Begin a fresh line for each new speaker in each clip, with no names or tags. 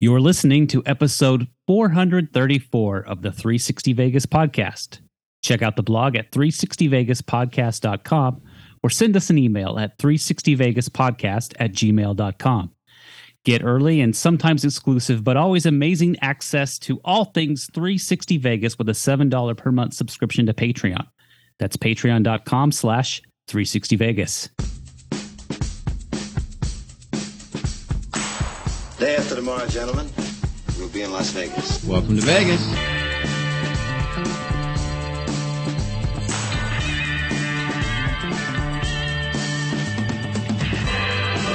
You're listening to episode 434 of the 360 Vegas podcast. Check out the blog at 360vegaspodcast.com or send us an email at 360vegaspodcast at gmail.com. Get early and sometimes exclusive, but always amazing access to all things 360 Vegas with a $7 per month subscription to Patreon. That's patreon.com slash 360 Vegas.
Day after tomorrow, gentlemen, we'll be in Las Vegas.
Welcome to Vegas.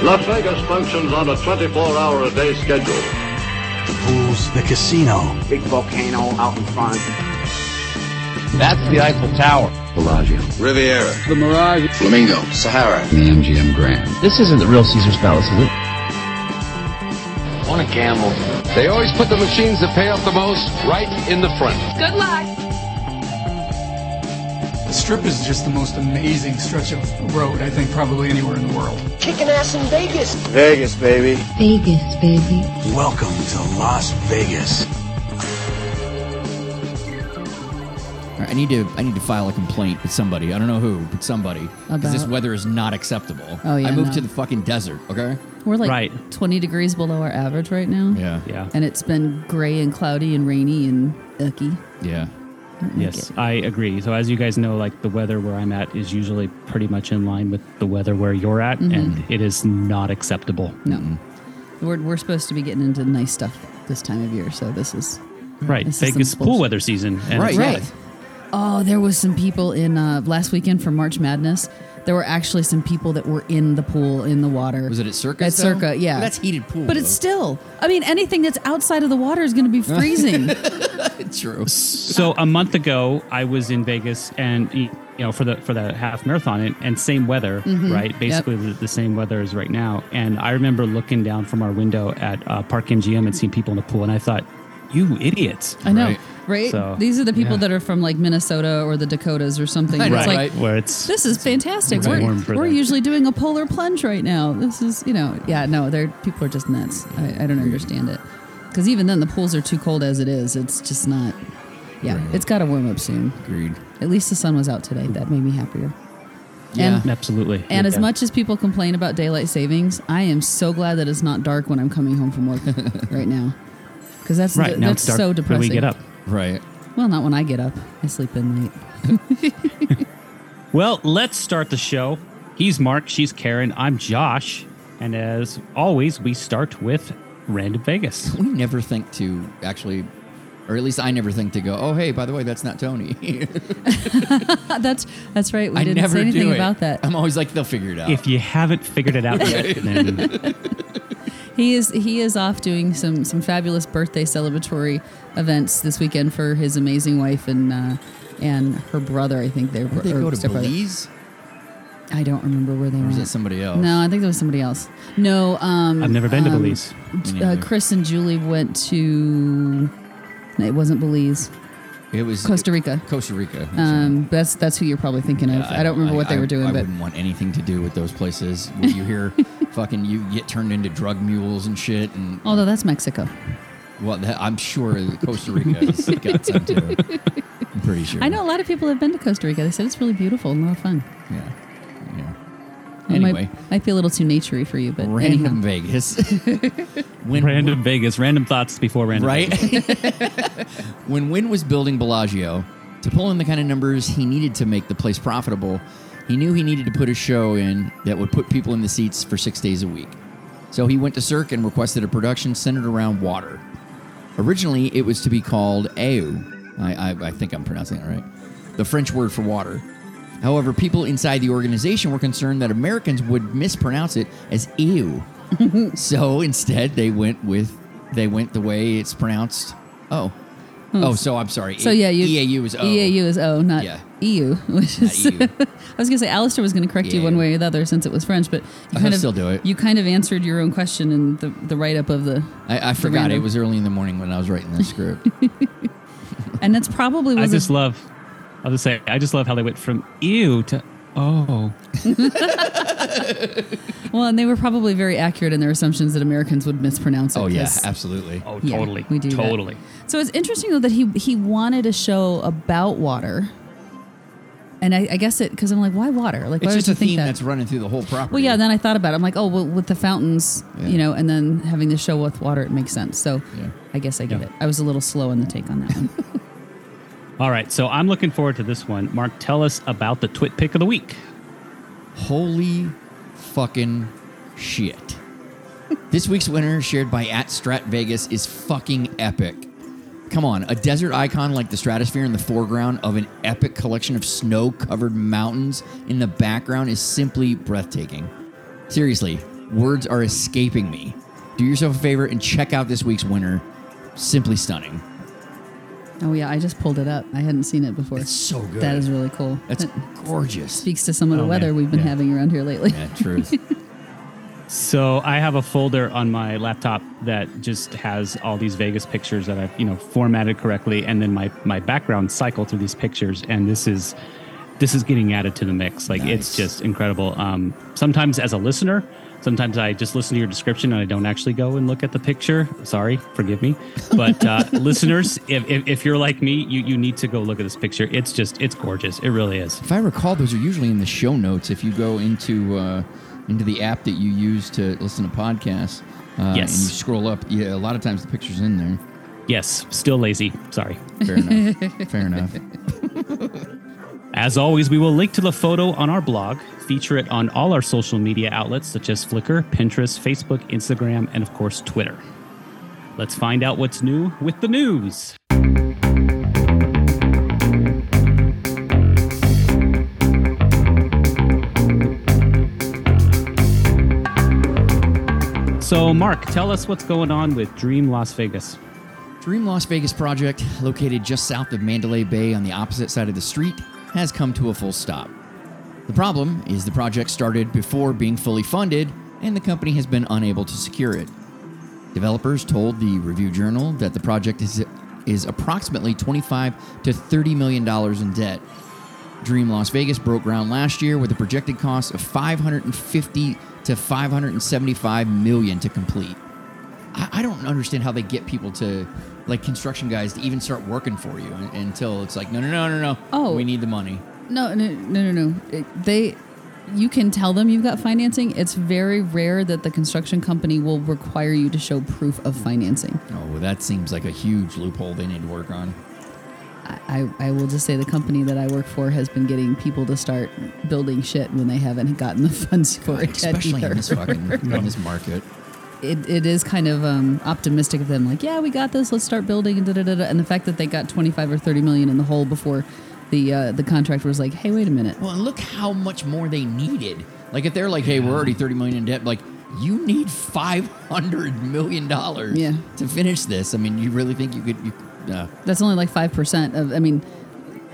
Las Vegas functions on a 24-hour-a-day schedule.
Pools, the casino.
big volcano out in front.
That's the Eiffel Tower.
Bellagio,
Riviera,
The Mirage.
Flamingo, Sahara.
the MGM Grand.
This isn't the real Caesar's Palace, is it?
Want to gamble?
They always put the machines that pay off the most right in the front.
Good luck.
The strip is just the most amazing stretch of road, I think, probably anywhere in the world.
Kicking ass in Vegas.
Vegas, baby.
Vegas, baby.
Welcome to Las Vegas.
All right, I need to I need to file a complaint with somebody. I don't know who, but somebody. Because this
About-
weather is not acceptable.
Oh, yeah,
I moved
no.
to the fucking desert. Okay.
We're like
Right.
20 degrees below our average right now.
Yeah.
Yeah.
And it's been gray and cloudy and rainy and icky.
Yeah.
Yes, I agree. So as you guys know, like the weather where I'm at is usually pretty much in line with the weather where you're at,
Mm-hmm.
and it is not acceptable.
No.
Mm-hmm.
We're, we're supposed to be getting into nice stuff this time of year, so this is.
Right,
This is
Vegas
some
pool
bullshit.
weather season. And
Right.
Right. Oh, there was some people in uh, last weekend for March Madness. There were actually some people that were in the pool in the water.
Was it at Circa?
At
though?
Circa, yeah.
That's heated pool.
But it's still. I mean, anything that's outside of the water is going to be freezing.
it's true.
So a month ago, I was in Vegas, and you know for the for the half marathon, and, and same weather,
Mm-hmm.
right? Basically the, the same weather as right now. And I remember looking down from our window at uh, Park MGM and seeing people in the pool, and I thought, "You idiots!"
I know,
Right.
right?
So-
These are the people
Yeah.
that are from like Minnesota or the Dakotas or something.
I know,
It's like,
right.
Where it's
This is fantastic.
It's warm for
We're, we're
them.
usually doing a polar plunge right now. This is, you know, yeah, no, they're people are just nuts. I, I don't understand it. Because even then, the pools are too cold as it is. It's just not. Yeah, it's got to warm up soon.
Agreed.
At least the sun was out today. That made me happier.
Yeah.
And,
absolutely.
and as
Yeah.
much as people complain about daylight savings, I am so glad that it's not dark when I'm coming home from work right now. Because that's
right now,
that's
it's dark
so depressing.
when we get up.
Right.
Well, not when I get up. I sleep in late.
Well, let's start the show. He's Mark, she's Karen, I'm Josh, and as always, we start with Random Vegas.
We never think to actually or at least I never think to go, oh hey, by the way, that's not Tony.
Uh, that's that's right. We
I
didn't
never
say anything
do it.
about that.
I'm always like, they'll figure it out.
If you haven't figured it out yet, then
He is he is off doing some some fabulous birthday celebratory events this weekend for his amazing wife and uh, and her brother. I think they're
Did they
or
go to
stepbrother.
Belize?
I don't remember where they
Or is
went.
that somebody else?
No, I think there was somebody else. No, um,
I've never been to
um,
Belize.
Uh, Chris and Julie went to. no, It wasn't Belize.
It was
Costa Rica.
Costa Rica. that's right.
Um, that's that's who you're probably thinking of. I don't remember what they
I-
were doing,
I
but
wouldn't want anything to do with those places where you hear fucking you get turned into drug mules and shit. And
although that's Mexico.
well, that, I'm sure Costa Rica has got some too. I'm pretty sure.
I know a lot of people have been to Costa Rica. They said it's really beautiful and a lot of fun.
Yeah. Yeah.
It might-
Anyway,
might, be a little too naturey for you, but
random Vegas. when
Random Vegas, random thoughts before random.
right?
Vegas.
when Wynn was building Bellagio, to pull in the kind of numbers he needed to make the place profitable, he knew he needed to put a show in that would put people in the seats for six days a week. So he went to Cirque and requested a production centered around water. Originally, it was to be called Aou. I, I, I think I'm pronouncing that right. The French word for water. However, people inside the organization were concerned that Americans would mispronounce it as Ew. so instead, they went with they went the way it's pronounced. Oh, oh, so I'm sorry.
Hmm. So yeah, you, E
EAU E is O.
EAU is O, not
Yeah.
EU, which is.
EU.
I was gonna say Alistair was gonna correct you
Yeah.
one way or the other since it was French, but you
I'll
kind of
still do it.
You kind of answered your own question in the, the write up of the,
I, I forgot it
random.
was early in the morning when I was writing the script.
and that's probably
I
was
just
a,
love. I'll just say, I just love how they went from ew to Oh,
Well, and they were probably very accurate in their assumptions that Americans would mispronounce it.
Oh yeah,
'cause-
absolutely.
oh,
Yeah,
totally,
we do that.
totally.
So it's interesting though that he he wanted a show about water, and I, I guess it because I'm like, why water? Like,
It's
why would
just
you
a
think
theme
that?
that's running through the whole property.
well, yeah. Then I thought about it. I'm like, oh, well, with the fountains,
Yeah.
you know, and then having the show with water, it makes sense. So
Yeah.
I guess I get
Yeah.
it. I was a little slow on the take on that one.
All right, so I'm looking forward to this one. Mark, tell us about the twit pick of the week.
Holy fucking shit. this week's winner, shared by at Strat Vegas, is fucking epic. Come on, a desert icon like the stratosphere in the foreground of an epic collection of snow covered mountains in the background is simply breathtaking. Seriously, words are escaping me. Do yourself a favor and check out this week's winner. Simply stunning.
oh yeah, I just pulled it up. I hadn't seen it before.
It's so good.
That is really cool.
That's
that
gorgeous.
speaks to some of the
Oh,
weather
man.
we've been
Yeah.
having around here lately.
Yeah, truth.
So I have a folder on my laptop that just has all these Vegas pictures that I've you know formatted correctly, and then my my background cycle through these pictures, and this is this is getting added to the mix. Like it's
Nice.
just incredible. Um, sometimes as a listener, sometimes I just listen to your description and I don't actually go and look at the picture. Sorry, forgive me. But uh, listeners, if, if if you're like me, you you need to go look at this picture. It's just it's gorgeous. It really is.
If I recall, those are usually in the show notes. If you go into uh, into the app that you use to listen to podcasts, uh, and you
Yes.
scroll up, yeah, a lot of times the picture's in there.
Yes, still lazy. Sorry.
Fair enough. Fair enough.
As always, we will link to the photo on our blog, feature it on all our social media outlets such as Flickr, Pinterest, Facebook, Instagram, and of course, Twitter. Let's find out what's new with the news. So, Mark, tell us what's going on with Dream Las Vegas.
Dream Las Vegas project, located just south of Mandalay Bay on the opposite side of the street, has come to a full stop. The problem is the project started before being fully funded, and the company has been unable to secure it. Developers told the Review Journal that the project is, is approximately 25 to 30 million dollars in debt. Dream Las Vegas broke ground last year with a projected cost of 550 to 575 million to complete. I, I don't understand how they get people to, like construction guys, to even start working for you un- until it's like, no, no, no, no, no.
Oh.
we need the money.
No, no, no, no, no. It- They, you can tell them you've got financing. It's very rare that the construction company will require you to show proof of financing.
Oh, well, that seems like a huge loophole they need to work on.
I, I, I will just say the company that I work for has been getting people to start building shit when they haven't gotten the funds for it yet
Especially
either.
in this fucking in this market.
it, it is kind of um, optimistic of them, like, yeah, we got this. Let's start building and da da da. da. And the fact that they got twenty five or thirty million in the hole before the uh, the contractor was like, hey, wait a minute.
Well, and look how much more they needed. Like if they're like, hey, we're already thirty million in debt, like you need five hundred million dollars
Yeah.
to finish this. I mean, you really think you could? You, could- uh,
That's only like five percent of. I mean,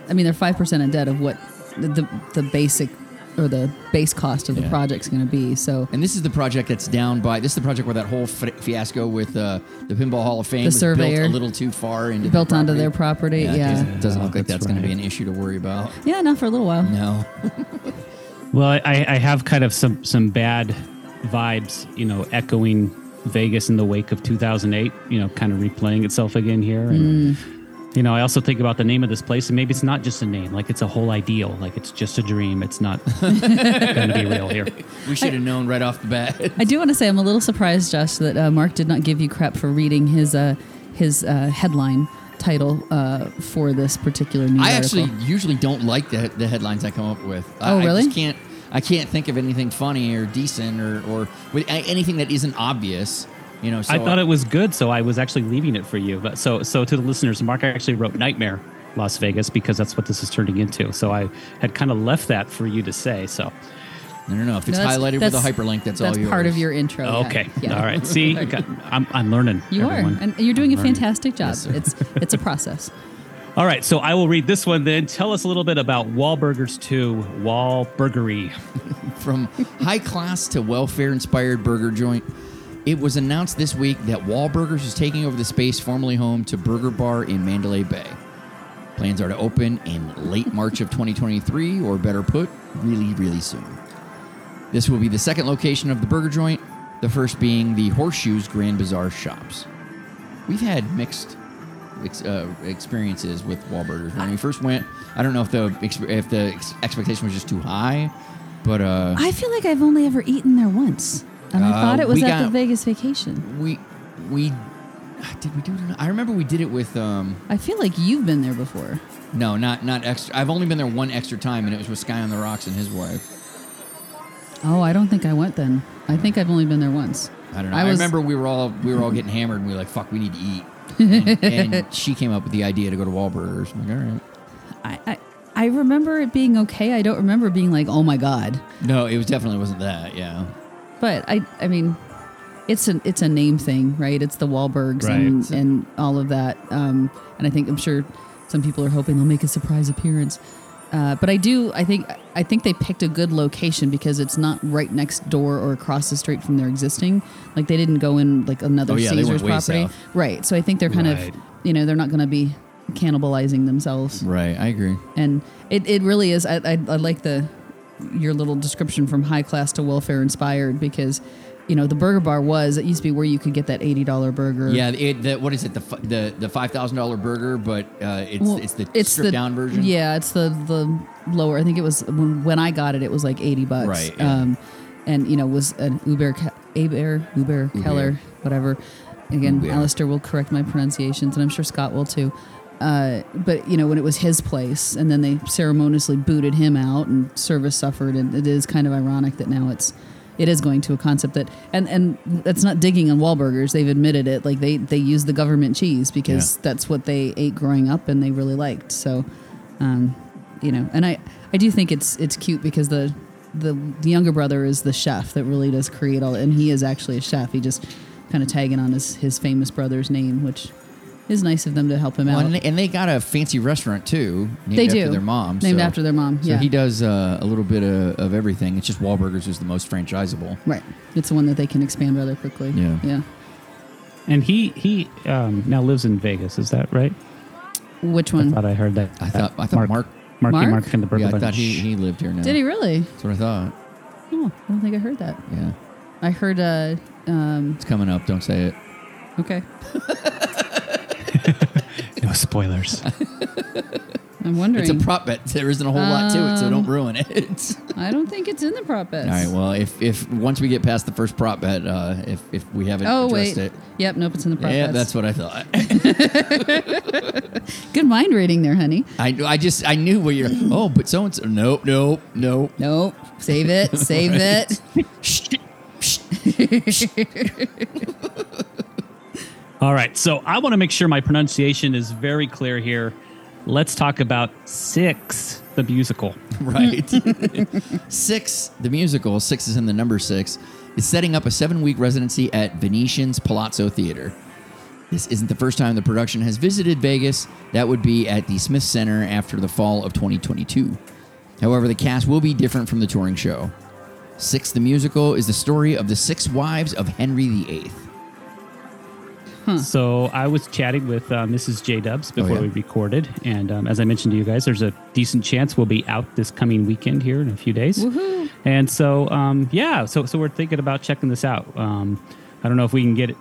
I mean they're five percent in debt of what the the, the basic or the base cost of the
Yeah.
project's going to be. So
and this is the project that's down by. This is the project where that whole fi- fiasco with uh, the Pinball Hall of Fame
The
was
surveyor.
built a little too far into
built
their
onto their property.
Yeah, it
Yeah, yeah,
doesn't, doesn't look like
That's
that's going to be
right.
an issue to worry about.
not for a little while.
No.
Well, I, I have kind of some some bad vibes, you know, echoing Vegas in the wake of 2008. You know, kind of replaying itself again here. And, You know, I also think about the name of this place, and maybe it's not just a name; like it's a whole ideal, like it's just a dream. It's not going to be real here.
We should have known right off the bat.
I do want to say I'm a little surprised, Josh, that uh, Mark did not give you crap for reading his uh, his uh, headline title uh, for this particular news
I
article.
actually usually don't like the, the headlines I come up with. I,
Oh,
I
really?
just can't. I can't think of anything funny or decent or or with a- anything that isn't obvious. You know. So
I thought it was good, so I was actually leaving it for you. But so so to the listeners, Mark actually wrote "Nightmare Las Vegas" because that's what this is turning into. So I had kind of left that for you to say. So
I don't know if
No,
it's
that's-
highlighted with a
that's-
hyperlink. That's, all.
That's part
yours.
of your intro. yeah.
Oh, okay,
Yeah.
all right. See, I got- I'm, I'm learning.
You
everyone.
are, and you're doing
I'm
a
learning.
fantastic job.
Yes, sir.
it's it's a process.
All right, so I will read this one then. Tell us a little bit about Wahlburgers 2, Wahlburgery.
from high class to welfare inspired burger joint. It was announced this week that Wahlburgers is taking over the space formerly home to Burger Bar in Mandalay Bay. Plans are to open in late March of 2023, or better put, really, really soon. This will be the second location of the burger joint, the first being the Horseshoes Grand Bazaar shops. We've had mixed ex- uh, experiences with Wahlburgers. When we first went, I don't know if the ex- if the ex- expectation was just too high, but uh,
I feel like I've only ever eaten there once. And I
Uh,
thought it was
we
at the
got-
Vegas vacation.
we we ah, did we do it? or not? I remember we did it with um,
I feel like you've been there before.
No, not not extra. I've only been there one extra time, and it was with Sky on the Rocks and his wife.
Oh, I don't think I went then. I think I've only been there once.
I don't know.
I
I,
was-
remember we were all we were all getting hammered, and we were like, "Fuck, we need to eat." And, and she came up with the idea to go to Wahlburgers. I'm like, all right.
I, I, I remember it being okay. I don't remember being like, oh my God.
No, it was definitely wasn't that. Yeah,
But I, I mean, it's a it's a name thing, right? It's the Wahlbergs and,
Right.
and all of that. Um, and I think I'm sure some people are hoping they'll make a surprise appearance. Uh, but I do. I think I think they picked a good location because it's not right next door or across the street from their existing. Like they didn't go in like another
Oh, yeah, they went
Caesar's
way
property,
south.
right? So I think they're kind
Right.
of you know they're not going to be cannibalizing themselves
right. I agree.
and it, it really is I, I, I like the your little description from high class to welfare inspired because you know the burger bar was it used to be where you could get that $80 burger
Yeah, it, the, what is it? The fi- the the five thousand dollar burger, but uh, it's
Well,
it's the stripped down version.
yeah it's the the lower i think it was when, when i got it it was like 80 bucks
Right, yeah.
um and you know was an uber Ke- uber uber keller whatever again
Uber.
Alistair will correct my pronunciations and i'm sure scott will too uh, but you know when it was his place and then they ceremoniously booted him out and service suffered and it is kind of ironic that now it's it is going to a concept that and and that's not digging on Wahlburgers. They've admitted it. Like they they use the government cheese because
Yeah.
that's what they ate growing up and they really liked. So, um, you know, and I I do think it's it's cute because the the younger brother is the chef that really does create all, and he is actually a chef. He just kind of tagging on his his famous brother's name, which is nice of them to help him
Well,
out.
and, they, and they got a fancy restaurant too. Named
They
after
do.
Their mom.
Named
so-
after their mom,
So
yeah.
he does uh, a little bit of, of everything. It's just Wahlburgers is the most franchisable.
right, it's the one that they can expand rather quickly.
Yeah.
yeah.
And he he um, now lives in Vegas. Is that right?
Which
I
one?
thought I heard that.
I thought- I thought Mark-
Marky Mark,
Mark?
in the Burger
yeah, I
Bunch.
thought he, he lived here now.
Did he really?
That's what I thought.
Oh, I don't think I heard that.
Yeah.
I heard uh, um,
It's coming up. Don't say it.
okay.
no spoilers.
I'm wondering.
It's a prop bet. There isn't a whole lot to it, so
Um,
don't ruin it.
I don't think it's in the prop bets.
All right. Well, if, if once we get past the first prop bet, uh, if, if we haven't
oh
addressed
wait.
it.
Yep. Nope. It's in the prop
Yeah,
bets.
that's what I thought.
Good mind reading there, honey.
I, I just I knew where you're. Oh, but so and so. Nope, nope, nope.
Nope. Save it. Save it.
All right. So I want to make sure my pronunciation is very clear here. Let's talk about Six, the musical.
Right. six, the musical, six is in the number six, is setting up a seven week residency at Venetian's Palazzo Theater. This isn't the first time the production has visited Vegas. That would be at the Smith Center after the fall of 2022. However, the cast will be different from the touring show. Six, the musical, is the story of the six wives of Henry VIII.
So I was chatting with uh, Mrs. J Dubs before
Oh, yeah.
we recorded, and um, as I mentioned to you guys, there's a decent chance we'll be out this coming weekend here in a few days.
Woohoo.
And so, um, yeah, so so we're thinking about checking this out. Um, I don't know if we can get it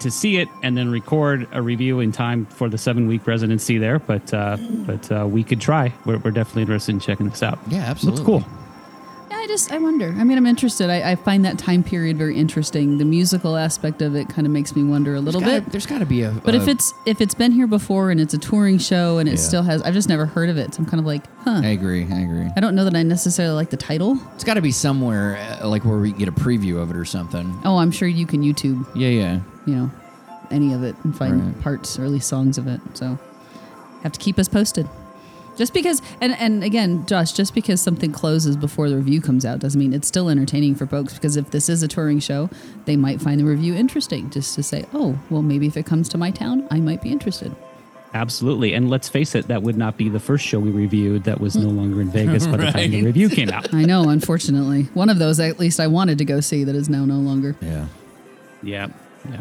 to see it and then record a review in time for the seven week residency there, but uh, but uh, we could try. We're, we're definitely interested in checking this out.
Yeah, absolutely.
Looks cool.
Yeah, I just I wonder. I mean, I'm interested. I, I find that time period very interesting. The musical aspect of it kind of makes me wonder a little bit.
There's got to be a.
But if
a-
it's if it's been here before and it's a touring show and it
Yeah.
still has, I've just never heard of it. So I'm kind of like, huh.
I agree. I agree.
I don't know that I necessarily like the title.
It's got to be somewhere uh, like where we can get a preview of it or something.
Oh, I'm sure you can YouTube
Yeah, yeah.
you know, any of it and find
Right.
parts or at least songs of it. So have to keep us posted. Just because, and, and again, Josh, just because something closes before the review comes out doesn't mean it's still entertaining for folks. Because if this is a touring show, they might find the review interesting just to say, oh, well, maybe if it comes to my town, I might be interested.
Absolutely. And let's face it, that would not be the first show we reviewed that was no longer in Vegas by the time the review came out.
I know, unfortunately. One of those, at least, I wanted to go see that is now no longer.
Yeah.
Yeah. Yeah.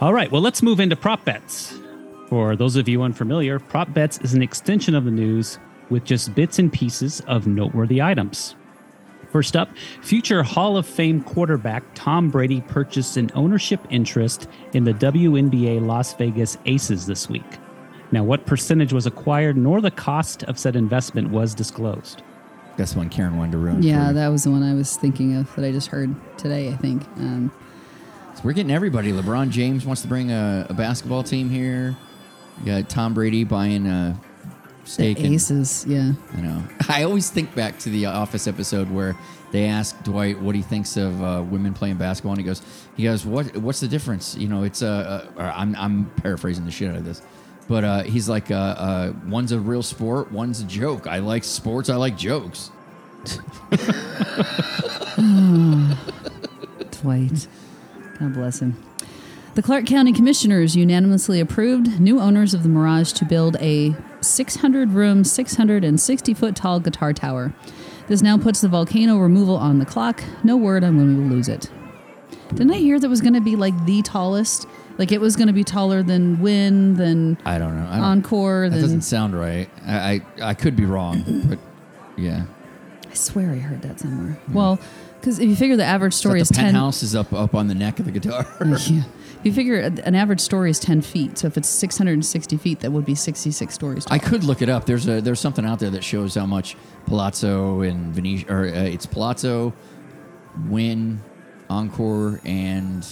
All right. Well, let's move into prop bets. For those of you unfamiliar, Prop Bets is an extension of the news with just bits and pieces of noteworthy items. First up, future Hall of Fame quarterback Tom Brady purchased an ownership interest in the WNBA Las Vegas Aces this week. Now, what percentage was acquired nor the cost of said investment was disclosed.
That's one Karen wanted to ruin.
Yeah,
for you.
that was the one I was thinking of that I just heard today, I think. Um,
So we're getting everybody. LeBron James wants to bring a, a basketball team here. You got Tom Brady buying a
the
steak. and-
aces, yeah.
I know. I always think back to the uh, Office episode where they ask Dwight what he thinks of uh, women playing basketball, and he goes, "He goes, what? What's the difference? You know, it's uh, uh, or I'm I'm paraphrasing the shit out of this, but uh, he's like, uh, uh, one's a real sport, one's a joke. I like sports, I like jokes.
Dwight. God bless him. The Clark County Commissioners unanimously approved new owners of the Mirage to build a 600 room, 660 foot tall guitar tower. This now puts the volcano removal on the clock. No word on when we will lose it. Didn't I hear that was going to be like the tallest? Like it was going to be taller than Wynn, than
I don't know. I don't,
Encore,
That
than.
doesn't sound right. I, I I could be wrong, but yeah.
I swear I heard that somewhere. Well, 'cause Well, because if you figure the average
But
story
Hmm. the
is Mm. 10.
penthouse is up up on the neck of the guitar.
yeah. If you figure a- an average story is 10 feet, so if it's 660 feet, that would be 66 stories. Tall.
I could look it up. There's a there's something out there that shows how much Palazzo and Venetian, or uh, it's Palazzo, Win, Encore, and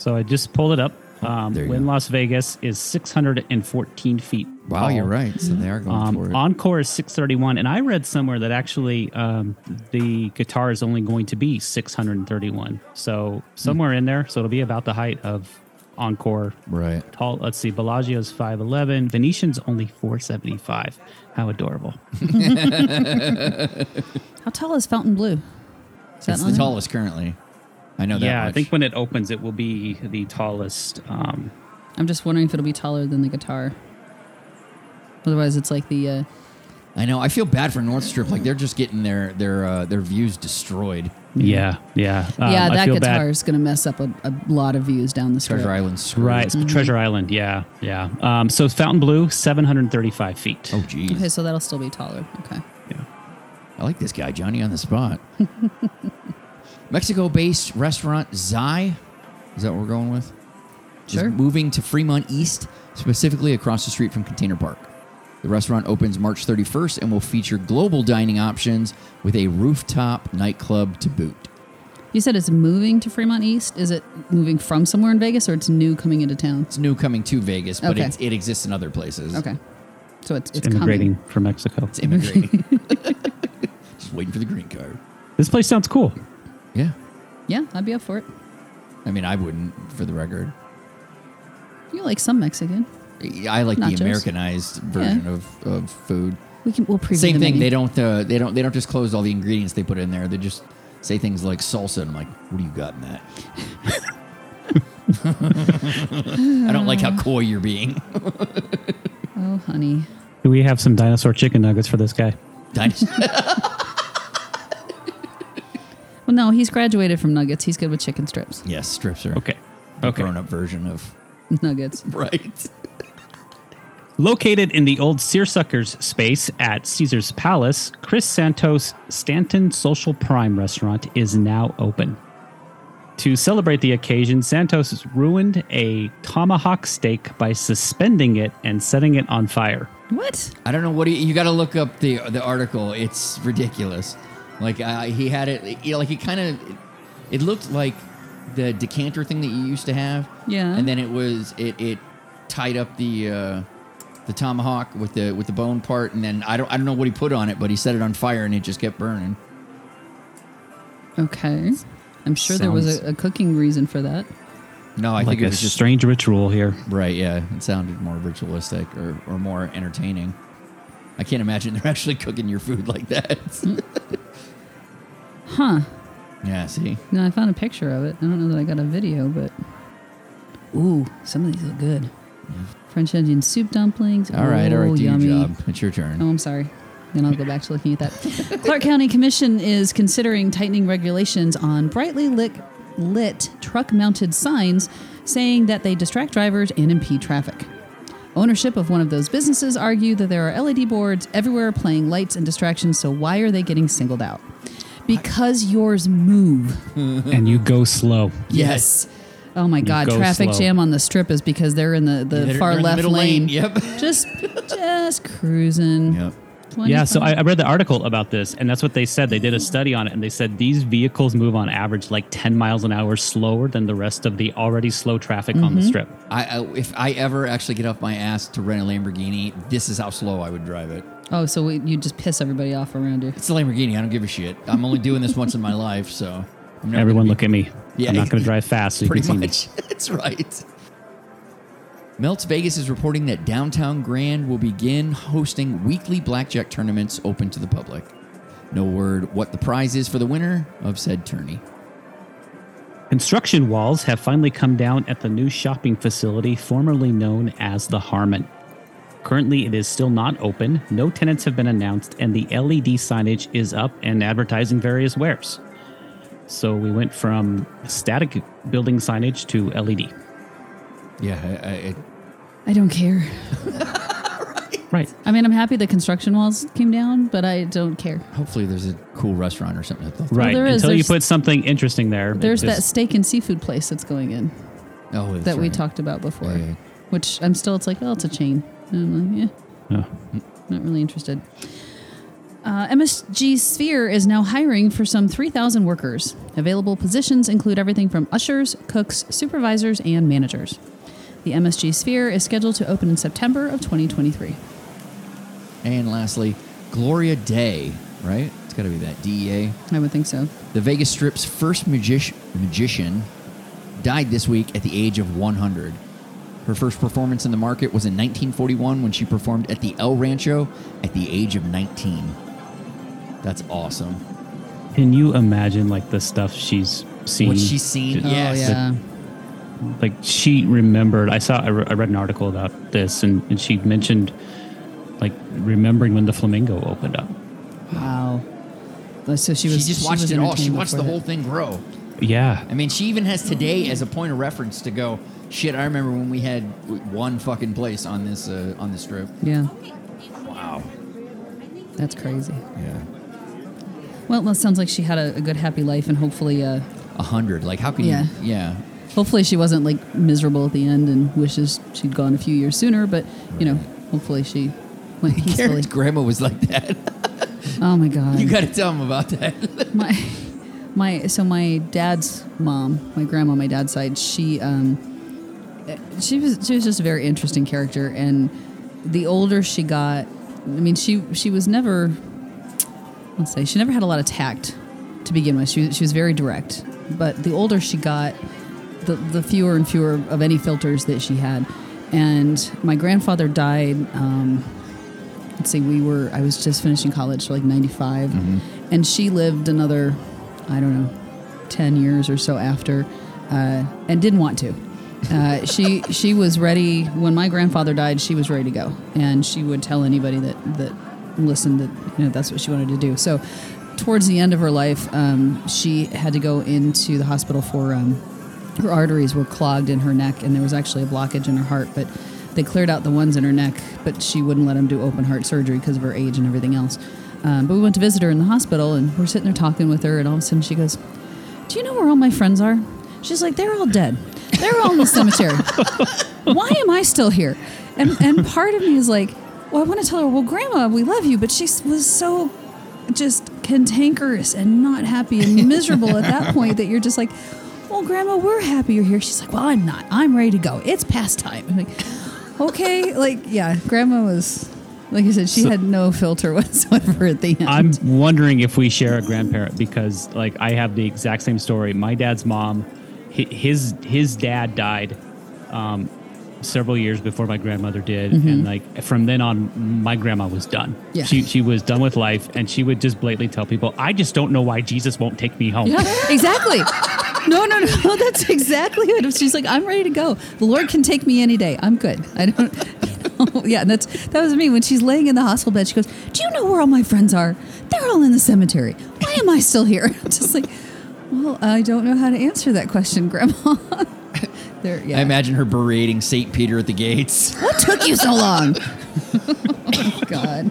So I just pulled it up. Um,
There you
when
go.
Las Vegas is 614 feet.
wow,
tall.
you're right. So they are going for
Um,
it.
Encore is 631, and I read somewhere that actually um, the guitar is only going to be 631. So somewhere in there, so it'll be about the height of Encore.
right.
Tall. Let's see, Bellagio's 511, Venetian's only 475. How adorable!
How tall is Fountain Blue? Is that
It's
on
the
there?
tallest currently. I know that.
yeah, I
much.
think when it opens, it will be the tallest. Um,
I'm just wondering if it'll be taller than the guitar. Otherwise, it's like the. Uh,
I know. I feel bad for North Strip. Like they're just getting their their uh, their views destroyed.
yeah, yeah, Um,
yeah,
I
that
feel
guitar
bad.
is going to mess up a, a lot of views down the strip.
Treasure Island. screwed.
Right, it's Treasure Island. Yeah, yeah. Um, so Fountain Blue, 735 feet.
Oh geez.
Okay, so that'll still be taller. Okay.
I like this guy, Johnny on the spot. Mexico based restaurant Zai. Is that what we're going with?
Sure.
Is moving to Fremont East, specifically across the street from Container Park. The restaurant opens March 31st and will feature global dining options with a rooftop nightclub to boot.
You said it's moving to Fremont East. Is it moving from somewhere in Vegas or it's new coming into town?
It's new coming to Vegas, but
Okay.
it's, it exists in other places.
Okay. So it's, it's
immigrating
coming.
from Mexico.
It's immigrating. Just waiting for the green card.
This place sounds cool.
Yeah.
Yeah, I'd be up for it.
I mean, I wouldn't, for the record.
You like some Mexican.
I like
Nachos.
the Americanized version of, of food.
We can we'll preview
Same
the
thing.
menu.
They don't. Uh, they don't. They don't disclose all the ingredients they put in there. They just say things like salsa. And I'm like, what do you got in that? I don't like how coy you're being.
Oh, honey.
Do we have some dinosaur chicken nuggets for this guy?
Dinos-
Well, no, he's graduated from nuggets. He's good with chicken strips.
yes, strips are
Okay.
A
Okay.
grown-up version of
Nuggets.
right.
Located in the old seersuckers space at Caesar's Palace, Chris Santos Stanton Social Prime restaurant is now open. To celebrate the occasion, Santos ruined a tomahawk steak by suspending it and setting it on fire.
What?
I don't know what he, you got to look up the the article. It's ridiculous. Like uh, he had it. You know, like he kind of. It looked like the decanter thing that you used to have.
Yeah.
And then it was it it tied up the uh, the tomahawk with the with the bone part, and then I don't I don't know what he put on it, but he set it on fire and it just kept burning.
Okay. I'm sure there was a, a cooking reason for that.
No, I
like
think it
a
was just
strange ritual here.
right. Yeah, it sounded more ritualistic or or more entertaining. I can't imagine they're actually cooking your food like that.
Huh.
yeah. See.
No, I found a picture of it. I don't know that I got a video, but. Ooh, some of these look good. French onion soup dumplings.
All right, all
Oh,
right, do
yummy.
your job. It's your turn.
Oh, I'm sorry. Then I'll go back to looking at that. Clark County Commission is considering tightening regulations on brightly lit, lit truck mounted signs, saying that they distract drivers and impede traffic. Ownership of one of those businesses argue that there are LED boards everywhere playing lights and distractions, so why are they getting singled out? Because yours move.
and you go slow.
Yes.
Oh my God!
go
Traffic
slow.
jam on the strip is because they're in the, the
They're-
far
they're in the
left
middle
lane.
Yep.
Just just cruising.
Yep.
20,
Yeah, so I,
20.
I read the article about this, and that's what they said. They did a study on it, and they said these vehicles move on average like 10 miles an hour slower than the rest of the already slow traffic on the strip.
I, I if I ever actually get off my ass to rent a Lamborghini, this is how slow I would drive it.
oh, so we, you just piss everybody off around you.
It's a Lamborghini. I don't give a shit. I'm only doing this once in my life, so I'm never
Everyone,
gonna
look at me.
Yeah.
I'm not going to drive fast. So you can
pretty
see me.
much. That's right. Melts Vegas is reporting that Downtown Grand will begin hosting weekly blackjack tournaments open to the public. No word what the prize is for the winner of said tourney.
Construction walls have finally come down at the new shopping facility formerly known as the Harmon. Currently, it is still not open, no tenants have been announced, and the LED signage is up and advertising various wares. So we went from static building signage to E LED.
Yeah, I, I, it,
I don't care.
Right.
I mean, I'm happy the construction walls came down, but I don't care.
hopefully there's a cool restaurant or something. That
Right.
there is-
Until you
there's-
put something interesting there. it
There's that
just-
steak and seafood place that's going in
oh, that's
that we
right.
talked about before,
Yeah, yeah.
which I'm still, it's like, oh, it's a chain. And I'm like, yeah.
Oh.
Not really interested. Uh, MSG Sphere is now hiring for some 3,000 workers. Available positions include everything from ushers, cooks, supervisors, and managers. The MSG Sphere is scheduled to open in September of 2023.
And lastly, Gloria Day, right? It's got to be that E DEA.
I would think so.
The Vegas Strip's first magic- magician died this week at the age of 100. Her first performance in the market was in 1941 when she performed at the El Rancho at the age of 19. That's awesome.
Can you imagine like the stuff she's seen?
What she's seen?
Did-
Yes.
Oh, yeah.
like she remembered i saw i, re- I read an article about this and, and she mentioned like remembering when the flamingo opened up
Wow. So
She,
she was
just
she
watched
was
it all. She
entertained
watched the
before
whole
that.
thing grow.
yeah
I mean, she even has today as a point of reference to go, shit, I remember when we had one fucking place on this uh, on this strip.
Yeah,
Wow.
that's crazy.
Yeah.
Well, that sounds like she had a, a good, happy life, and hopefully, uh,
100. Like how can
Yeah.
you Yeah.
hopefully she wasn't like miserable at the end and wishes she'd gone a few years sooner. But you know, hopefully she went peacefully.
Karen's grandma was like that.
Oh my god,
You got to tell them about that.
my my so my dad's mom, my grandma, on my dad's side, she um she was she was just a very interesting character and the older she got, I mean she she was never let's say she never had a lot of tact to begin with. She she was very direct. But the older she got, the the fewer and fewer of any filters that she had. And my grandfather died um let's see, we were, I was just finishing college, so like 95. And she lived another, I don't know, 10 years or so after uh, and didn't want to. Uh, she she was ready when my grandfather died. She was ready to go, and she would tell anybody that that listened that you know that's what she wanted to do. So, towards the end of her life, um, she had to go into the hospital for um, her arteries were clogged in her neck and there was actually a blockage in her heart but they cleared out the ones in her neck but she wouldn't let them do open heart surgery because of her age and everything else um, but we went to visit her in the hospital and we're sitting there talking with her and all of a sudden she goes do you know where all my friends are she's like they're all dead they're all in the cemetery why am i still here and, and part of me is like well i want to tell her well grandma we love you but she was so just cantankerous and not happy and miserable at that point that you're just like, well, Grandma, we're happy you're here. She's like, well, I'm not. I'm ready to go. It's past time. I'm like, okay, like yeah, Grandma was, like I said, she had no filter whatsoever at the end.
i'm wondering if we share a grandparent because like i have the exact same story my dad's mom hi- his his dad died um several years before my grandmother did and like from then on my grandma was done
Mm-hmm. Yeah.
she she was done with life and she would just blatantly tell people i just don't know why jesus won't take me home
Yeah, exactly. No, no, no. That's exactly it. She's like, I'm ready to go. The Lord can take me any day. I'm good. I don't. yeah, and that's that was me when she's laying in the hospital bed. She goes, "Do you know where all my friends are? They're all in the cemetery. Why am I still here?" I'm just like, well, I don't know how to answer that question, Grandma. There, yeah.
I imagine her berating St. Peter at the gates.
What took you so long? God.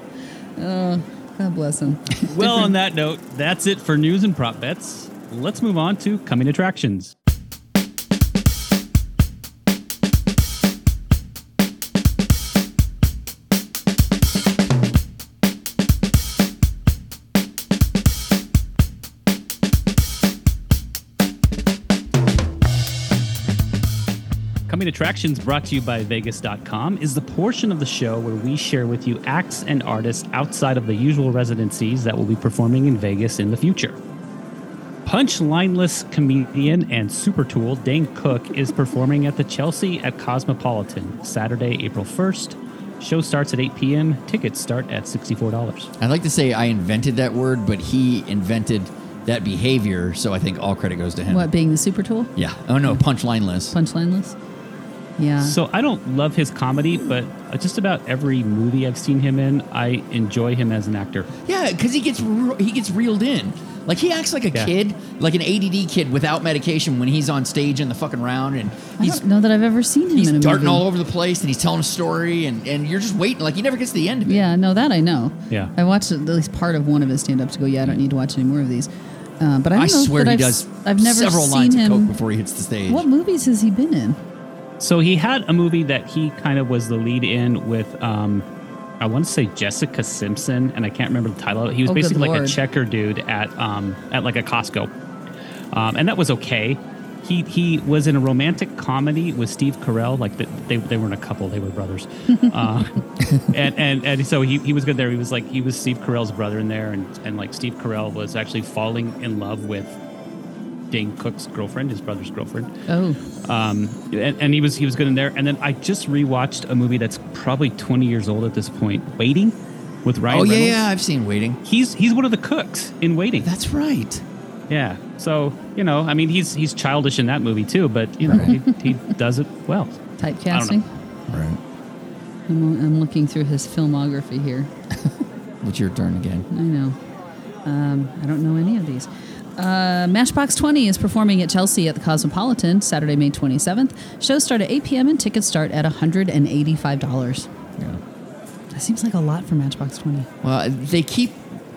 Oh, God bless him.
Well, on that note, that's it for news and prop bets. Let's move on to coming attractions. Coming Attractions, brought to you by Vegas.com, is the portion of the show where we share with you acts and artists outside of the usual residencies that will be performing in Vegas in the future. Punchlineless comedian and super tool Dane Cook is performing at the Chelsea at Cosmopolitan Saturday, April 1st. Show starts at 8 p.m. Tickets start at $64.
I'd like to say I invented that word, but he invented that behavior, so I think all credit goes to him.
What, being the super tool?
Yeah. Oh no, punchlineless.
Punchlineless? Yeah.
So I don't love his comedy, but just about every movie I've seen him in, I enjoy him as an actor.
Yeah, because he gets re- he gets reeled in. Like he acts like a
Yeah.
kid, like an ADD kid without medication when he's on stage in the fucking round, and
I
he's
don't know that I've ever seen him
he's
in a
darting
movie.
all over the place, and he's telling a story, and and you're just waiting. Like he never gets to the end of it.
Yeah, no, that I know.
Yeah.
I watched at least part of one of his stand ups to go, yeah, I don't need to watch any more of these. Uh, but I, don't
I
know
swear
that
he
I've,
does.
I've never
several
seen
lines
him.
of coke before he hits the stage. Oh,
What movies has he been in?
So he had a movie that he kind of was the lead in with, um, I want to say Jessica Simpson, and I can't remember the title. He was
Oh, good
basically like a
Lord.
checker dude at um, at like a Costco, um, and that was okay. He he was in a romantic comedy with Steve Carell. Like the, they they weren't a couple; they were brothers. uh, and and and so he, he was good there. He was like he was Steve Carell's brother in there, and and like Steve Carell was actually falling in love with Dane Cook's girlfriend, his brother's girlfriend
Oh,
um, and, and he was he was good in there. And then I just rewatched a movie that's probably 20 years old at this point, Waiting, with Ryan.
oh yeah,
Reynolds.
yeah, I've seen waiting.
He's he's one of the cooks in Waiting.
That's right.
yeah. So you know, I mean, he's he's childish in that movie too, but you know, he, he does it well.
typecasting.
Right.
I'm, I'm looking through his filmography here.
It's your turn again.
I know. Um, I don't know any of these. Uh, Matchbox 20 is performing at Chelsea at the Cosmopolitan Saturday, May 27th. Shows start at 8 p.m. and tickets start at $185.
Yeah.
That seems like a lot for Matchbox 20.
Well, they keep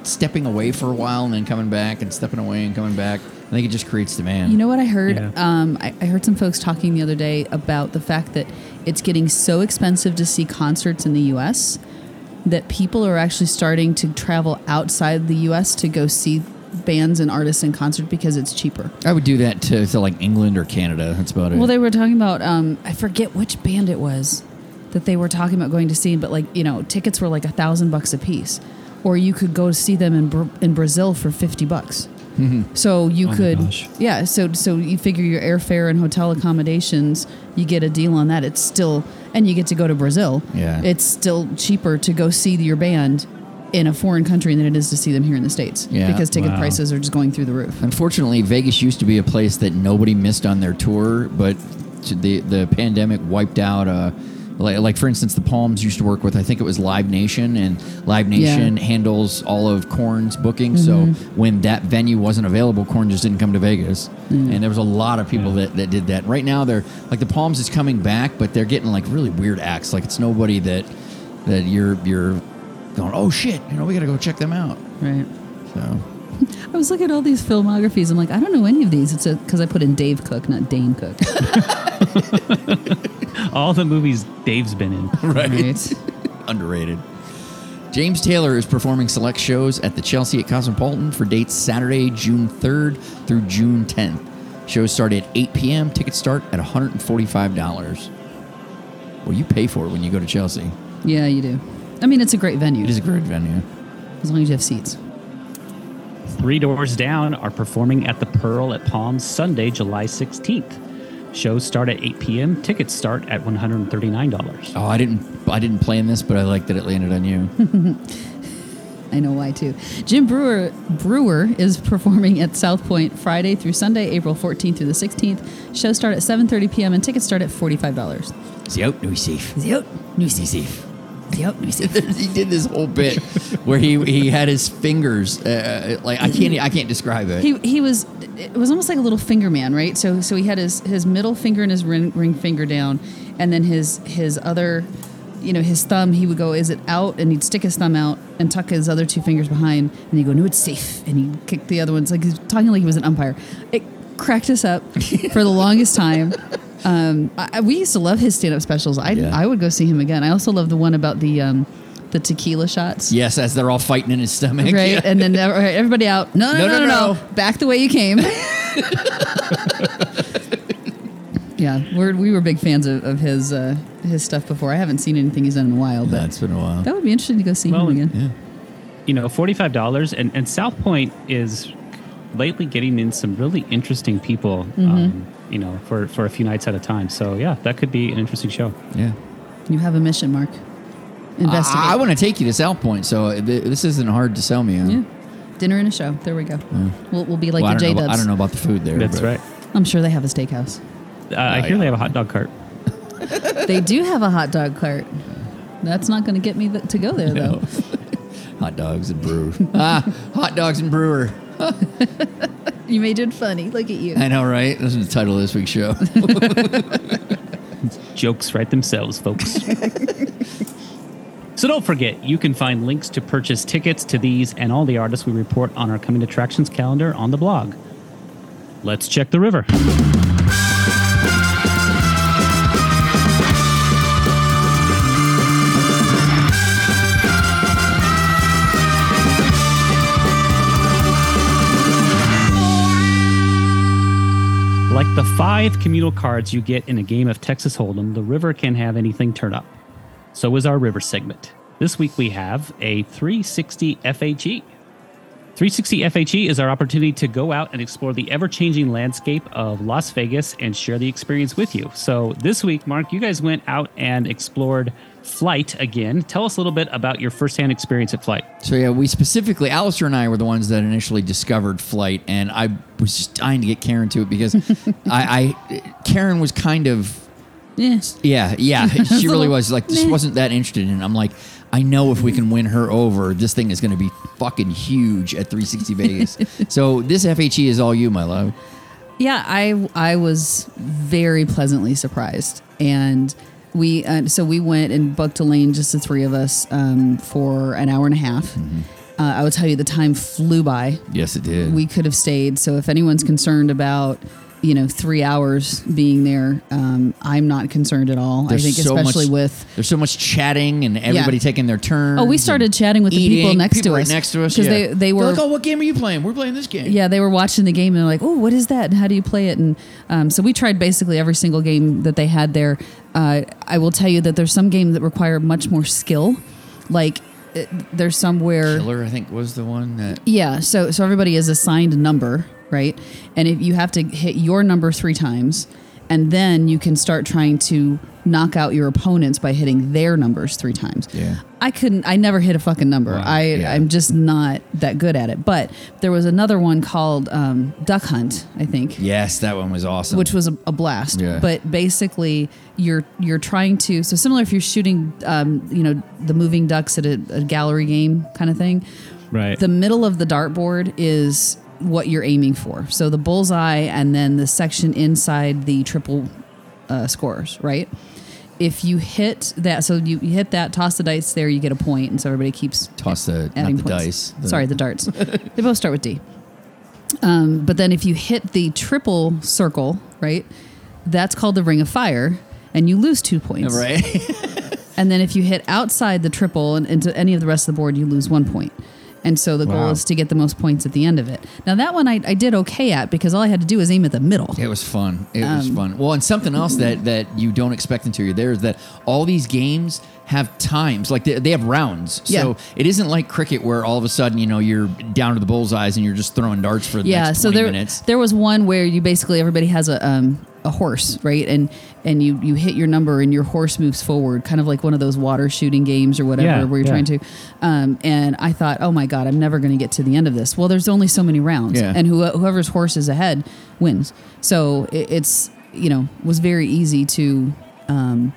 stepping away for a while and then coming back and stepping away and coming back. I think it just creates demand.
You know what I heard?
Yeah.
Um, I, I heard some folks talking the other day about the fact that it's getting so expensive to see concerts in the U.S. that people are actually starting to travel outside the U.S. to go see bands and artists in concert because it's cheaper.
I would do that to, to like England or Canada. That's about it.
Well, they were talking about um, I forget which band it was that they were talking about going to see, but like you know, tickets were like a thousand bucks a piece, or you could go see them in Bra- in Brazil for fifty bucks. So you could,
Mm-hmm. Oh gosh.
yeah. So so you figure your airfare and hotel accommodations, you get a deal on that. It's still, and you get to go to Brazil.
Yeah.
it's still cheaper to go see your band in a foreign country than it is to see them here in the states.
Yeah.
because ticket
Wow.
prices are just going through the roof.
Unfortunately, Vegas used to be a place that nobody missed on their tour, but to the the pandemic wiped out. Uh, like, like for instance, the Palms used to work with I think it was Live Nation, and Live Nation handles all of Corn's booking. So when that venue wasn't available, Corn just didn't come to Vegas, and there was a lot of people that, that did that. Right now, they're like the Palms is coming back, but they're getting like really weird acts. Like it's nobody that that you're you're going, oh shit, you know, we got to go check them out.
Right.
So
I was looking at all these filmographies. I'm like, I don't know any of these. It's because I put in Dave Cook, not Dane Cook.
All the movies Dave's been in.
right.
underrated. James Taylor is performing select shows at the Chelsea at Cosmopolitan for dates Saturday, June 3rd through June 10th. Shows start at 8 p.m. Tickets start at $145. Well, you pay for it when you go to Chelsea.
Yeah, you do. I mean, it's a great venue
It is a great venue.
as long as you have seats.
Three Doors Down are performing at the Pearl at Palms Sunday, July 16th. Shows start at 8 p.m. Tickets start at $139.
Oh, I didn't, I didn't plan this, but I like that it landed on you.
Hmm. I know why too. Jim Brewer Brewer is performing at South Point Friday through Sunday, April 14th through the 16th. Shows start at 7:30 p.m. and tickets start at $45.
oh, It's out, no safe.
Is it out?
No safe.
Yep. let me oh, see. oh,
he did this whole bit where he, he had his fingers uh, like I can't I can't describe it.
He he was it was almost like a little finger man, right? So so he had his his middle finger and his ring, ring finger down, and then his his other, you know, his thumb. He would go, is it out? And he'd stick his thumb out and tuck his other two fingers behind, and he'd go, no, it's safe. And he'd kick the other ones like he's talking like he was an umpire. It cracked us up for the longest time. Um, I, I- we used to love his stand-up specials. I
Yeah.
I would go see him again. I also love the one about the um, the tequila shots.
yes, as they're all fighting in his stomach.
Right,
Yeah.
and then all right, everybody out. No, no, no, no, no, Back the way you came. yeah, we're, we were big fans of, of his uh, his stuff before. I haven't seen anything he's done in a while, but
That's been a while.
that would be interesting to go see
Well,
him again.
you know, forty-five dollars, and and South Point is lately getting in some really interesting people. Um, you know, for for a few nights at a time. So yeah, that could be an interesting show.
Yeah.
You have a mission, Mark. Investigate.
I, I want to take you to South Point, so th- this isn't hard to sell me on.
yeah. Dinner and a show. There we go. We'll, we'll be like
Well, I,
the
don't
J
know, about- I
Dubs.
don't know about the food there.
That's
but-
right.
I'm sure they have a steakhouse.
Uh, I
Oh,
hear
yeah.
they have a hot dog cart.
they do have a hot dog cart. That's not going to get me th- to go there, though.
No. hot dogs and brewer. ah, hot dogs and brewer.
You made it funny. Look at you.
I know, right? This is the title of this week's show.
Jokes write themselves, folks. so don't forget, you can find links to purchase tickets to these and all the artists we report on our coming attractions calendar on the blog. Let's check the river. Like the five communal cards you get in a game of Texas Hold'em, the river can have anything turn up. So is our river segment. This week we have a 360 FHE. 360 FHE E is our opportunity to go out and explore the ever changing landscape of Las Vegas and share the experience with you. So, this week, Mark, you guys went out and explored Flight again. Tell us a little bit about your firsthand experience at Flight.
So yeah, we specifically, Alistair and I were the ones that initially discovered flight, and I was just dying to get Karen to it because I, I, Karen was kind of,
Yeah.
yeah, yeah, she really
little,
was like just
meh.
wasn't that interested, and I'm like, I know if we can win her over, this thing is going to be fucking huge at 360 Vegas. so this FHE is all you, my love.
Yeah, I I was very pleasantly surprised, and we uh, so we went and booked a lane, just the three of us, um, for an hour and a half. Uh, I will tell you, the time flew by.
Yes, it did.
We could have stayed. So if anyone's concerned about you know three hours being there, um, I'm not concerned at all. I think especially
much,
with
there's so much chatting and everybody taking their turn.
Oh, we started chatting with the people next to us.
next to us
'Cause
yeah.
they- they
They're
were-
like, oh, what game are you playing? We're playing this game.
yeah, they were watching the game and they're like, "Oh, what is that? And how do you play it?" And um, so we tried basically every single game that they had there. Uh, I will tell you that there's some games that require much more skill. Like it, there's some where
Killer, I think, was the one that.
yeah, so so everybody is assigned a number, right? And if you have to hit your number three times, and then you can start trying to knock out your opponents by hitting their numbers three times.
Yeah.
I couldn't. I never hit a fucking number. I
yeah.
I'm just not that good at it. But there was another one called um, Duck Hunt, I think
Yes, that one was awesome.
which was a, a blast.
Yeah.
But basically, you're you're trying to so similar if you're shooting, um, you know, the moving ducks at a, a gallery game kind of thing.
Right.
The middle of the dartboard is what you're aiming for. So the bullseye, and then the section inside the triple uh, scores. Right. If you hit that, so you, you hit that, toss the dice there, you get a point, and so everybody keeps
toss the not the
adding points.
dice. the-
Sorry, the darts. they both start with D. Um, but then if you hit the triple circle, right, that's called the ring of fire, and you lose two points.
right.
And then if you hit outside the triple and into any of the rest of the board, you lose one point. And so the goal
Wow.
is to get the most points at the end of it. Now that one I, I did okay at because all I had to do was aim at the middle.
It was fun. It was
Um,
fun. Well, and something else that that you don't expect until you're there is that all these games have times, like they, they have rounds.
Yeah.
So it isn't like cricket where all of a sudden you know you're down to the bullseyes and you're just throwing darts for the
yeah
next
so
20
there
minutes.
there was one where you basically everybody has a um a horse right and and you you hit your number and your horse moves forward kind of like one of those water shooting games or whatever
Yeah,
where you're
yeah.
trying to um and i thought oh my god i'm never going to get to the end of this well there's only so many rounds
Yeah.
and who, whoever's horse is ahead wins so it, it's you know was very easy to um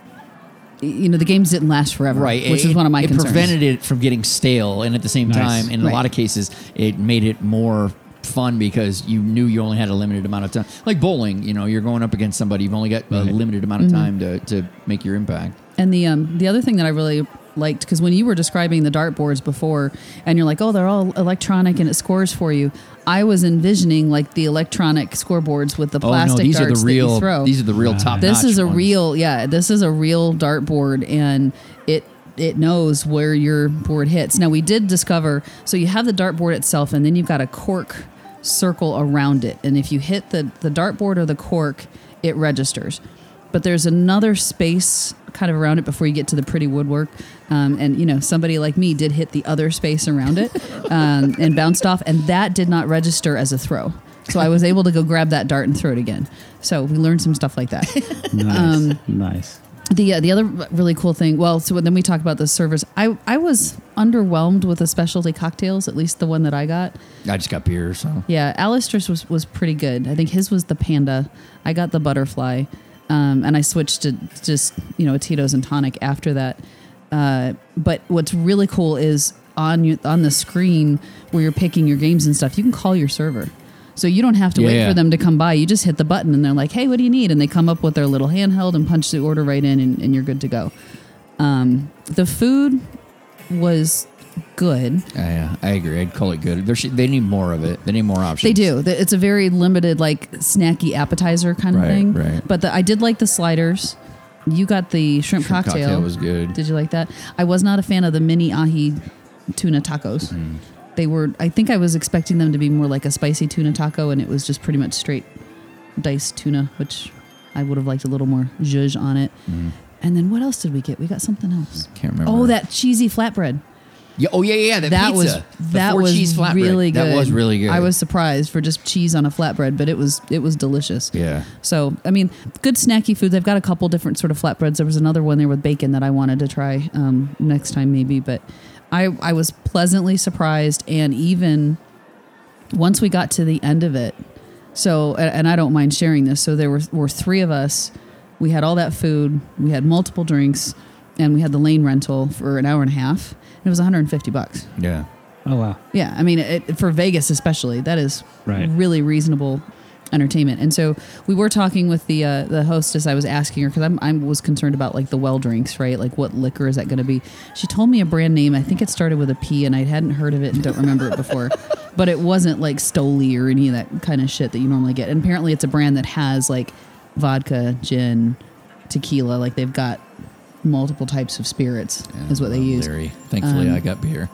you know the games didn't last forever,
Right,
Which
it,
is one of my
It
concerns.
prevented it from getting stale, and at the same
Nice.
time, in a
Right.
lot of cases, it made it more fun because you knew you only had a limited amount of time. Like bowling, you know, you're going up against somebody, you've only got a limited amount of
Mm-hmm.
time to, to make your impact.
And the um, the other thing that I really liked because when you were describing the dartboards before, and you're like, oh, they're all electronic and it scores for you. I was envisioning like the electronic scoreboards with the plastic
oh no, these are
darts
the real.
that you throw.
These are the real top.
this is a real yeah this is a real dartboard and it it knows where your board hits now we did discover so you have the dartboard itself and then you've got a cork circle around it and if you hit the the dartboard or the cork it registers but there's another space kind of around it before you get to the pretty woodwork um, and you know somebody like me did hit the other space around it um, and bounced off and that did not register as a throw so i was able to go grab that dart and throw it again so we learned some stuff like that
Nice. nice.
the uh, the other really cool thing. Well, so then we talk about the servers. I I was underwhelmed with the specialty cocktails, at least the one that I got.
I just got beer, so
Yeah, Alistair's was was pretty good. I think his was the panda. I got the butterfly, um, and I switched to just you know Tito's and tonic after that. Uh, but what's really cool is on your, on the screen where you're picking your games and stuff, you can call your server. So you don't have to wait
Yeah.
for them to come by. You just hit the button and they're like, "Hey, what do you need?" And they come up with their little handheld and punch the order right in, and, and you're good to go. Um, the food was good.
yeah, I agree. I'd call it good. There should, they need more of it. They need more options.
They do. Th- It's a very limited, like snacky appetizer kind of
Right,
thing.
right.
But the, I did like the sliders. You got the shrimp,
Shrimp
cocktail.
cocktail was good.
Did you like that? I was not a fan of the mini ahi tuna tacos.
Mm-hmm.
They were. I think I was expecting them to be more like a spicy tuna taco, and it was just pretty much straight diced tuna, which I would have liked a little more zhuzh on it. And then what else did we get? We got something else.
Mm-hmm. Can't remember.
Oh, that cheesy flatbread.
Yeah, oh yeah, yeah. The
That
pizza.
was
the
that
four
was
cheese flatbread.
really good.
That was really good.
I was surprised for just cheese on a flatbread, but it was it was delicious.
Yeah.
So I mean, good snacky food. They've got a couple different sort of flatbreads. There was another one there with bacon that I wanted to try um, next time maybe, but I I was pleasantly surprised, and even once we got to the end of it, so and and I don't mind sharing this. So there were were three of us. We had all that food. We had multiple drinks, and we had the lane rental for an hour and a half. And it was 150 bucks.
Yeah.
Oh wow.
Yeah, I mean, it, for Vegas especially, that is
Right.
really reasonable entertainment. And so we were talking with the uh, the hostess. I was asking her because I'm I was concerned about like the well drinks, right? Like what liquor is that going to be? She told me a brand name. I think it started with a P, and I hadn't heard of it and don't remember it before. But it wasn't like Stoli or any of that kind of shit that you normally get. And apparently, it's a brand that has like vodka, gin, tequila. Like they've got multiple types of spirits is what they use.
Larry. Thankfully,
Um,
I got beer.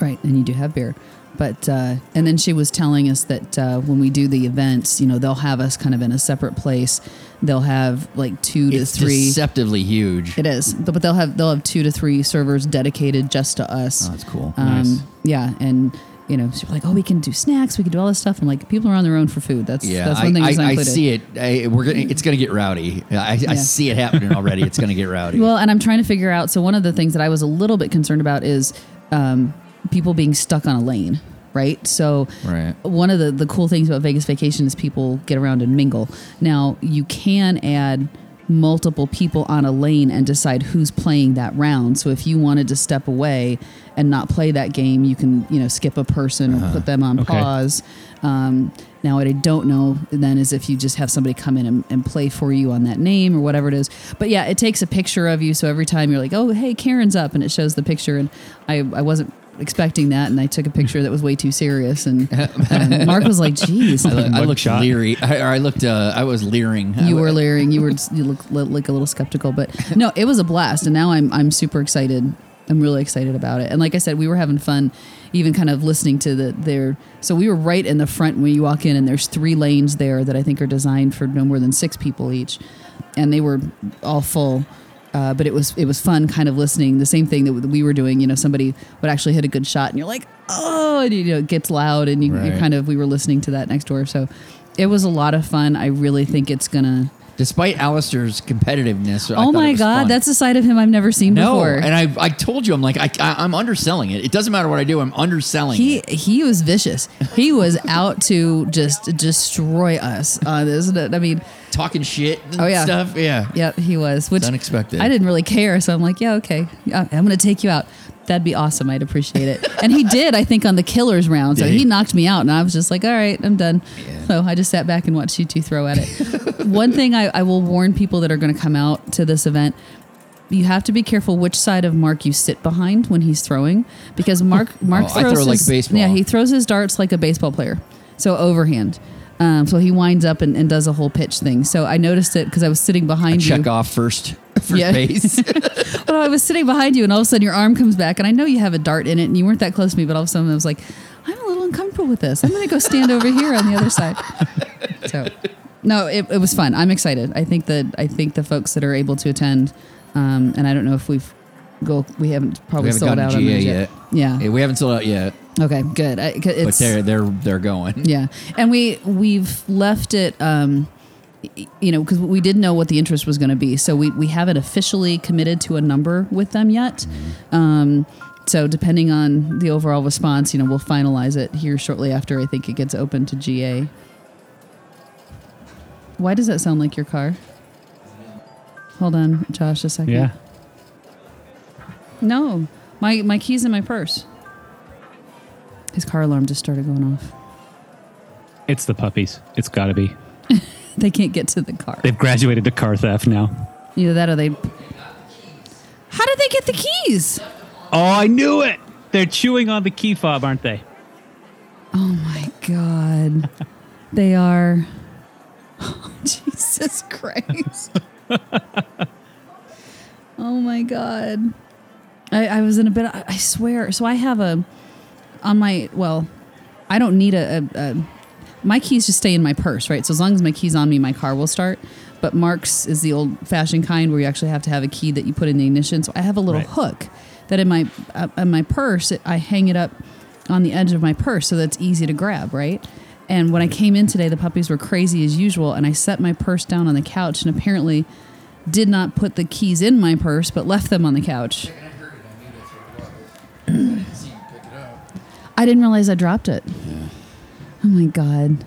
Right, and you do have beer. But uh, and then she was telling us that uh, when we do the events, you know, they'll have us kind of in a separate place. They'll have like two to
It's
three.
deceptively huge.
it is, but they'll have they'll have two to three servers dedicated just to us.
Oh, that's cool.
Um,
Nice.
Yeah, and you know, she was like, "Oh, we can do snacks. We can do all this stuff." I'm like, "People are on their own for food. That's
yeah,
that's
I,
one thing
I,
that's not
I
included."
see it. I, we're gonna. It's gonna get rowdy. I, I see it happening already. It's gonna get rowdy.
Well, and I'm trying to figure out. So one of the things that I was a little bit concerned about is um, people being stuck on a lane, right? So
Right.
one of the the cool things about Vegas vacation is people get around and mingle. Now you can add multiple people on a lane and decide who's playing that round. So if you wanted to step away and not play that game, you can you know skip a person or put them on
Okay.
pause. Um, now what I don't know then is if you just have somebody come in and, and play for you on that name or whatever it is. But yeah, it takes a picture of you. So every time you're like, oh hey, Karen's up, and it shows the picture. And I I wasn't expecting that, and I took a picture that was way too serious. And um, Mark was like, "Geez,
I looked
mugshot.
leery. I, or I looked. Uh, I was leering. I-
you were leering. You were you look li- like a little skeptical, but no, it was a blast. And now I'm I'm super excited. I'm really excited about it. And like I said, we were having fun, even kind of listening to the their. So we were right in the front when you walk in, and there's three lanes there that I think are designed for no more than six people each, and they were all full. Uh, but it was it was fun, kind of listening. The same thing that we were doing. You know, somebody would actually hit a good shot, and you're like, oh, and you know, it gets loud, and you, you
Right.
kind of we were listening to that next door. So it was a lot of fun. I really think it's gonna
Despite Alistair's competitiveness, I
oh
thought it
my
was
god,
fun.
that's a side of him I've never seen
no.
before.
And I, I told you, I'm like, I, I, I'm underselling it. It doesn't matter what I do, I'm underselling.
he
it.
he was vicious. He was out to just destroy us on this. I mean,
talking shit. And
Oh, yeah.
stuff. Yeah,
Yep, he was. Which
unexpected.
I didn't really care, so I'm like, yeah, okay, I- I'm gonna take you out. That'd be awesome. I'd appreciate it. and he did, I think, on the killers round. So
Did he?
he knocked me out, and I was just like, all right, I'm done. So I just sat back and watched you two throw at it. One thing I, I will warn people that are gonna come out to this event. You have to be careful which side of Mark you sit behind when he's throwing, because Mark Mark
Oh, I
throws
throw like
his,
baseball.
Yeah, he throws his darts like a baseball player, so overhand. Um, so he winds up and, and does a whole pitch thing. So I noticed it because I was sitting behind you.
check off first. First
Yeah.
base.
Well, I was sitting behind you, and all of a sudden your arm comes back, and I know you have a dart in it, and you weren't that close to me, but all of a sudden I was like, I'm a little uncomfortable with this. I'm going to go stand over here on the other side. So, no, it, it was fun. I'm excited. I think that I think the folks that are able to attend, um, and I don't know if we've go we haven't probably
We haven't
sold
gotten
out
GA
on those
yet.
yet. Yeah.
Yeah, we haven't sold out yet,
okay. Good. I, 'cause
but
it's,
they're they're they're going.
yeah, and we we've left it, um, y- you know, because we didn't know what the interest was going to be, so we we haven't officially committed to a number with them yet. Um, so depending on the overall response, you know, we'll finalize it here shortly after I think it gets open to GA. Why does that sound like your car? Hold on, Josh, a second.
Yeah.
No, my my keys in my purse. His car alarm just started going off.
It's the puppies. It's got to be.
They can't get to the car.
They've graduated to car theft now.
Either that or they. How did they get the keys?
Oh, I knew it. They're chewing on the key fob, aren't they?
Oh my God. they are. Jesus Christ. oh my God. I, I was in a bit, I, I swear. So I have a. On my. Well, I don't need a. a, a my keys just stay in my purse, right? So as long as my keys on me, my car will start. But Mark's is the old-fashioned kind where you actually have to have a key that you put in the ignition. So I have a little
Right.
hook that in my uh, in my purse, it, I hang it up on the edge of my purse so that's easy to grab, right? And when I came in today, the puppies were crazy as usual, and I set my purse down on the couch, and apparently did not put the keys in my purse, but left them on the couch. I didn't realize I dropped it. Oh my god.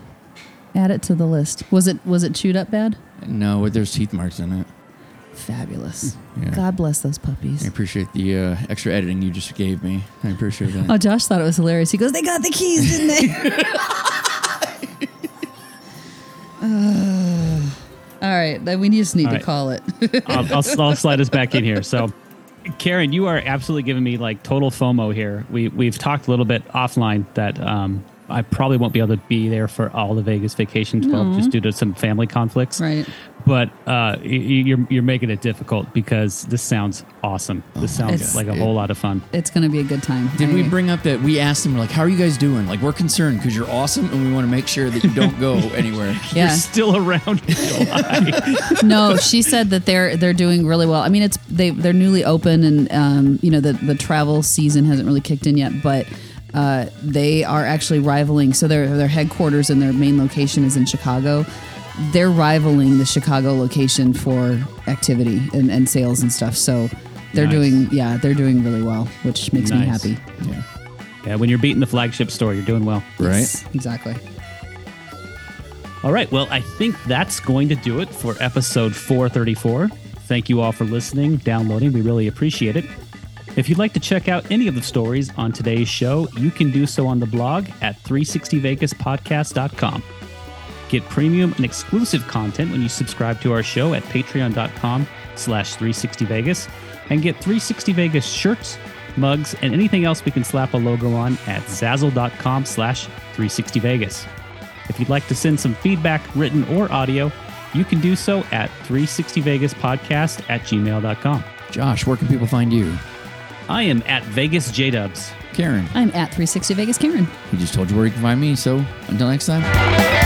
Add it to the list. Was it was it chewed up bad?
No, but there's teeth marks in it.
Fabulous.
Yeah.
God bless those
I
puppies.
appreciate the uh, extra editing you just gave me. I appreciate that.
Oh, Josh thought it was hilarious. He goes, "They got the keys, didn't they?" Ugh. all right, then we just need
All
to
right.
call it.
I'll, I'll, I'll slide us back in here. So, Karen, you are absolutely giving me like total FOMO here. We we've talked a little bit offline that um, I probably won't be able to be there for all the Vegas Vacation 12 just due to some family conflicts.
right.
But uh, y- y- you're you're making it difficult because this sounds awesome. This sounds
It's-
like a whole lot of fun.
It's going to be a good time.
Did
I-
we bring up that we asked them like, "How are you guys doing?" Like, we're concerned because you're awesome, and we want to make sure that you don't go anywhere.
Yeah.
You're still around in July.
no, she said that they're they're doing really well. I mean, it's they they're newly open, and um, you know the the travel season hasn't really kicked in yet, but. Uh, they are actually rivaling. So their their headquarters and their main location is in Chicago. They're rivaling the Chicago location for activity and, and sales and stuff. So they're
Nice.
doing yeah they're doing really well, which makes me
Nice.
happy.
yeah, when you're beating the flagship store, you're doing well.
Yes, exactly.
All right. Well, I think that's going to do it for episode 434. Thank you all for listening, downloading. We really appreciate it. If you'd like to check out any of the stories on today's show, you can do so on the blog at 360vegaspodcast.com. Get premium and exclusive content when you subscribe to our show at patreon.com slash 360vegas and get 360vegas shirts, mugs, and anything else we can slap a logo on at zazzle.com slash 360vegas. If you'd like to send some feedback, written or audio, you can do so at 360vegaspodcast at gmail.com.
Josh, where can people find you?
I am at Vegas J Dubs.
Karen,
I'm at 360 Vegas Karen.
he just told you where you can find me. So until next time.